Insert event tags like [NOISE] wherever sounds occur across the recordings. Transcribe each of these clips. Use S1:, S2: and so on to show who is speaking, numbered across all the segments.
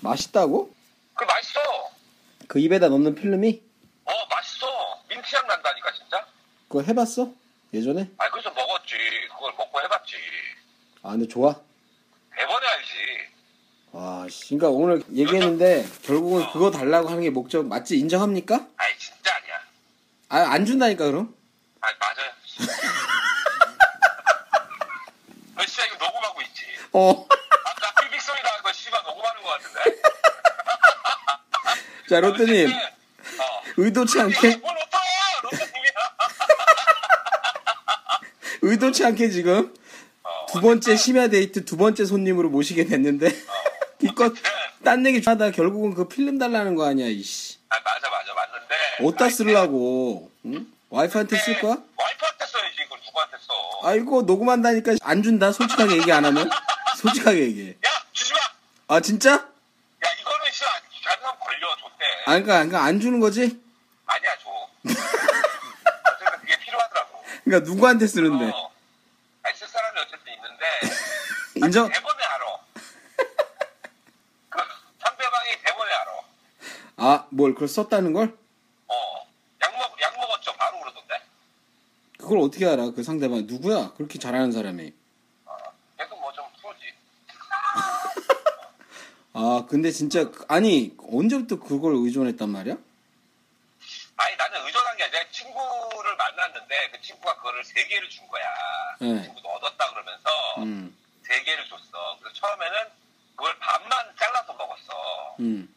S1: 맛있다고?
S2: 그 맛있어.
S1: 그 입에다 넣는 필름이?
S2: 어 맛있어. 민트향 난다니까 진짜.
S1: 그거 해봤어? 예전에?
S2: 아 그래서 먹었지. 그걸 먹고 해봤지.
S1: 아 근데 좋아?
S2: 대번에 알지.
S1: 와 씨, 그러니까 오늘 얘기했는데 결국은 그거 달라고 하는 게 목적 맞지? 인정합니까?
S2: 아니 진짜 아니야.
S1: 아 안 준다니까 그럼?
S2: 아니 맞아요. [LAUGHS] 너 진짜 이거 녹음하고 있지.
S1: 어. [LAUGHS]
S2: 아까 삐빅 소리 나는 거 씨발 녹음하는 거 같은데.
S1: 자 로또님
S2: 어.
S1: 의도치 않게
S2: 뭘 로또! 로또님이야.
S1: 의도치 않게 지금 두 번째 심야 데이트 두 번째 손님으로 모시게 됐는데 [LAUGHS] 기껏 딴 얘기 하다 결국은 그 필름 달라는 거 아니야 이씨
S2: 아 맞아 맞아 맞는데.
S1: 어디다
S2: 아니,
S1: 쓰려고 응? 와이프한테 쓸 거야?
S2: 와이프한테 써야지 이걸 누구한테 써.
S1: 아이고 녹음한다니까 안 준다 솔직하게 얘기 안 하면 솔직하게 얘기해
S2: 야 주지 마.
S1: 아 진짜?
S2: 야 이거는 진짜 안- 가능하면 걸려 좋대.
S1: 아 그니까 그러니까 안 주는 거지?
S2: 아니야 줘. 어쨌든 그게 필요하더라고.
S1: 그러니까 누구한테 쓰는데
S2: 어. 아니 쓸 사람이 어쨌든 있는데
S1: 인정?
S2: 대본에 알아. 그 상대방이 대본에 알아.
S1: 아 뭘 그걸 썼다는 걸?
S2: 어. 약 먹, 약 먹었죠. 바로 그러던데.
S1: 그걸 어떻게 알아 그 상대방 누구야 그렇게 잘하는 사람이
S2: 계속 뭐 좀 풀지.
S1: 아 근데 진짜 그- 아니 언제부터 그걸 의존했단 말이야?
S2: 아니 나는 의존한 게 아니라 친구를 만났는데 그 친구가 그거를 세 개를 준 거야.
S1: 네.
S2: 그 친구도 얻었다 그러면서
S1: 음,
S2: 세 개를 줬어. 그래서 처음에는 그걸 반만 잘라서 먹었어.
S1: 음.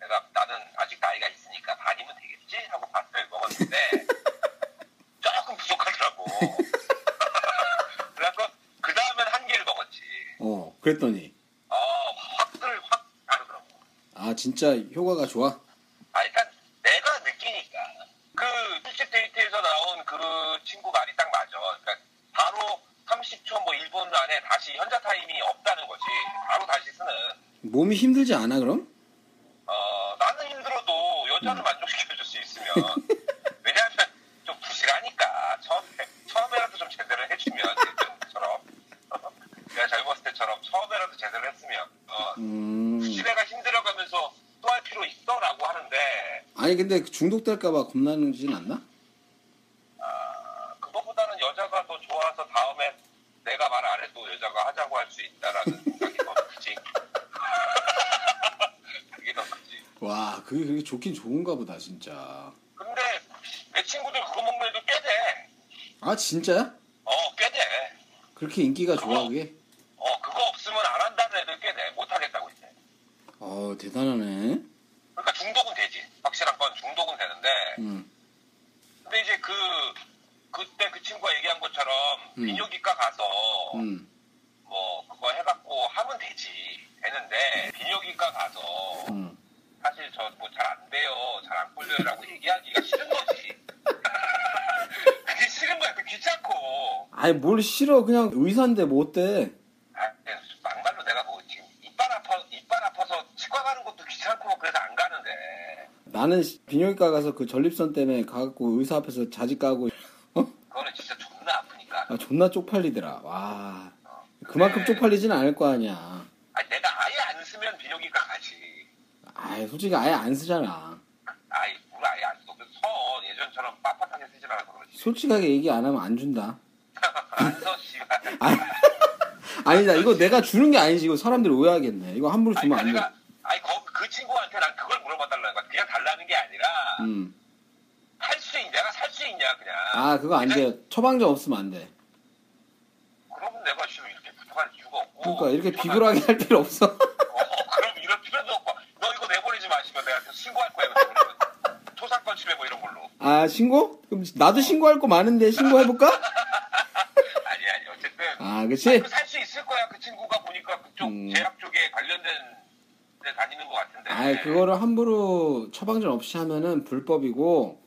S2: 내가 나는 아직 나이가 있으니까 반이면 되겠지 하고 반을 먹었는데 조금 부족하더라고. [LAUGHS] 그래서 그 다음엔 한 개를 먹었지. 어,
S1: 어 그랬더니
S2: 어확확 다르더라고.
S1: 아 진짜 효과가 좋아
S2: 아 일단 내가 느끼니까 그 술집 데이트에서 나온 그 친구 말이 딱 맞아. 그러니까 바로 30초 뭐 1분 안에 다시 현자 타임이 없다는 거지. 바로 다시 쓰는.
S1: 몸이 힘들지 않아 그럼?
S2: 어, 나는 힘들어도 여자를 만족시켜줄 수 있으면. 왜냐하면 좀 부실하니까. 처음에, 처음에라도 좀 제대로 해주면. 예전처럼. [LAUGHS] 내가 젊었을 때처럼 처음에라도 제대로 했으면. 어,
S1: 음
S2: 부실해가 힘들어가면서 또 할 필요 있어? 라고 하는데,
S1: 아니 근데 중독될까봐 겁나는진 않나?
S2: 아, 그거보다는 여자가 더 좋아서 다음에 내가 말 안 해도 여자가 하자고 할 수 있다라는 생각이 더 크지. [LAUGHS] 그게 더 크지.
S1: 와 그게 그렇게 좋긴 좋은가 보다 진짜
S2: 근데 내 친구들 그거 먹는 애도 꽤 돼.
S1: 아 진짜야?
S2: 어, 꽤 돼.
S1: 그렇게 인기가 좋아 그게?
S2: 어, 그거 없으면 안 한다는 애들 꽤 돼. 못 하겠다고 이제.
S1: 어 대단하네
S2: 그러니까 중독은 되지. 확실한 건 중독은 되는데.
S1: 음.
S2: 근데 이제 그, 그때 그 친구가 얘기한 것처럼
S1: 음.
S2: 비뇨기과 가서
S1: 음.
S2: 뭐 그거 해갖고 하면 되지. 되는데 비뇨기과 가서
S1: 음.
S2: 사실 저 뭐 잘 안 돼요. 잘 안 꼴려요라고 얘기하기가 싫은 거지. [LAUGHS] 그게 싫은 거야. 그 귀찮고.
S1: 아니 뭘 싫어 그냥 의사인데 뭐 어때
S2: 아, 그냥 막말로 내가 뭐 지금 이빨 아파, 이빨 아파서 치과 가는 것도 귀찮고 그래서 안 가는데.
S1: 나는 비뇨기과 가서 그 전립선 때문에 가갖고 의사 앞에서 자지 까고 어?
S2: 그거는 진짜 존나 아프니까. 어.
S1: 아 존나 쪽팔리더라 와 그만큼 쪽팔리진 않을 거 아니야
S2: 아니, 내가 아예 안 쓰면 비뇨기과 가지.
S1: 아이 솔직히 아예 안 쓰잖아
S2: 아이, 물 아예 안 써. 그래서 서. 예전처럼 빳빳하게 쓰지 말아서 그러지. [LAUGHS]
S1: 솔직하게 얘기 안 하면 안 준다
S2: 안 써, 씨발.
S1: [LAUGHS] 아니, 아니다 이거 내가 주는 게 아니지 이거 사람들이 오해하겠네 이거 함부로
S2: 아니,
S1: 주면 안돼
S2: 내가, 아니, 거, 그 친구한테 난 그걸 물어봐달라는 거야. 그냥 달라는 게 아니라,
S1: 음.
S2: 할 수 있냐? 내가 살 수 있냐, 그냥.
S1: 아 그거 안 돼요 처방전 없으면 안돼
S2: 그러면 내가 지금 이렇게 부탁할 이유가 없고.
S1: 그러니까 이렇게
S2: 전화-
S1: 비굴하게 할 필요 없어
S2: 어, 그럼 이럴 필요도 없고. 너 이거 내보내지 마시면 내가 신고할 거야. 이거 내보내면. 토사건 침해 뭐 이런 걸로.
S1: 아 신고? 그럼 나도 신고할 거 많은데 신고해볼까?
S2: 아니, 아니, 어쨌든.
S1: 아 그치?
S2: 살 수 있을 거야 그 친구가 보니까 그쪽
S1: 음.
S2: 제약 쪽에 관련된 데 다니는 것 같은데.
S1: 아이 그거를 함부로 처방전 없이 하면은 불법이고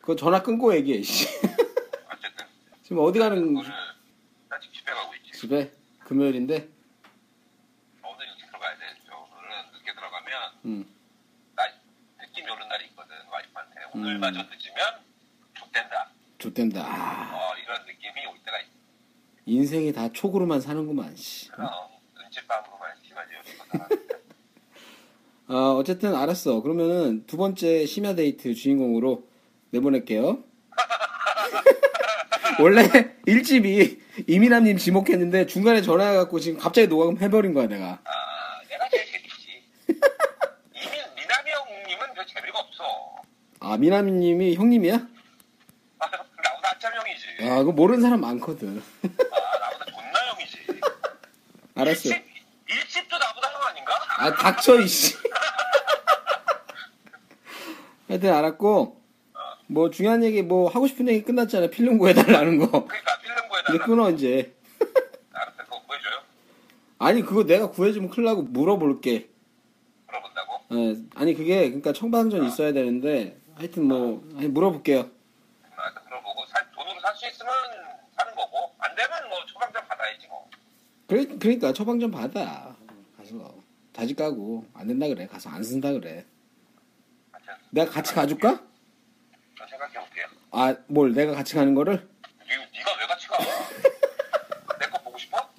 S1: 그거 전화 끊고 얘기해 씨. [LAUGHS]
S2: 어쨌든
S1: 지금 어디 가는
S2: 그거를 나 지금 집에 가고 있지.
S1: 집에 금요일인데
S2: 오늘 일찍 들어가야 돼. 저 오늘은 늦게 들어가면
S1: 음.
S2: 나 느낌이 오는 날이 있거든 와이프한테. 오늘마저
S1: 음.
S2: 늦으면 족된다.
S1: 좆된다 아,
S2: 어 이런 느낌이 올 때가 있어. 어,
S1: 인생이 다 촉으로만 사는구만 씨.
S2: 눈칫밥으로만 심하지 요즘
S1: 아, 어쨌든 알았어. 그러면은 두 번째 심야 데이트 주인공으로 내보낼게요. [LAUGHS] 원래 1집이 이민아님 지목했는데 중간에 전화해갖고 지금 갑자기 녹음해버린 거야, 내가.
S2: 아, 내가 제일
S1: [LAUGHS]
S2: 재밌지. 이미 미남이 형님은 별 재미가 없어.
S1: 아, 미나미님이 형님이야?
S2: 아, 나보다 한참 형이지.
S1: 아, 그거 모르는 사람 많거든.
S2: 아, 나보다 존나 형이지.
S1: 알았어.
S2: 일집, 일집도 나보다 형 아닌가?
S1: 아, 닥쳐, 이씨. [LAUGHS] 하여튼 알았고, 뭐 중요한 얘기, 뭐 하고 싶은 얘기 끝났잖아. 필름 구해달라는 거.
S2: 그러니까 필름
S1: 이제
S2: 구해달라.
S1: 끊어, 이제.
S2: 알았어, 그거 구해줘요.
S1: 아니, 그거 내가 구해주면 큰일 나고 물어볼게.
S2: 물어본다고.
S1: 예, 아니 그게 그러니까 청방전 있어야 되는데 하여튼 뭐 아니, 물어볼게요.
S2: 나한테 물어보고 살, 돈으로 살 수 있으면 사는 거고 안 되면 뭐 처방전 받아야지 뭐.
S1: 그래, 그러니까 처방전 받아 가서 자지 까고 안 된다 그래 가서 안 쓴다 그래.
S2: 아, 저-
S1: 내가 같이 가줄까?
S2: 저 생각해 볼게요.
S1: 아 뭘 내가 같이 가는 거를?
S2: 니, 가왜 같이 가? 내 거 보고 싶어?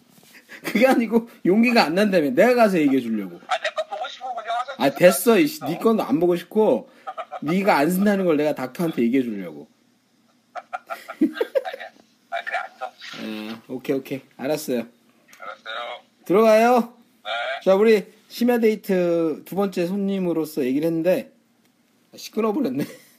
S1: 그게 아니고 용기가 안 난다며 내가 가서 얘기해 주려고.
S2: 아, 내 거 보고 싶으면 그냥 하자.
S1: 아 됐어 이씨 네 건도 안 보고 싶고 네가 안 쓴다는 걸 내가 닥터한테 얘기해 주려고.
S2: 아니야. 아, 그래, 안 써.
S1: 아, 오케이 오케이 알았어요.
S2: 알았어요.
S1: 들어가요.
S2: 네.
S1: 자 우리 심야 데이트 두 번째 손님으로서 얘기를 했는데 시끄러워 버렸네.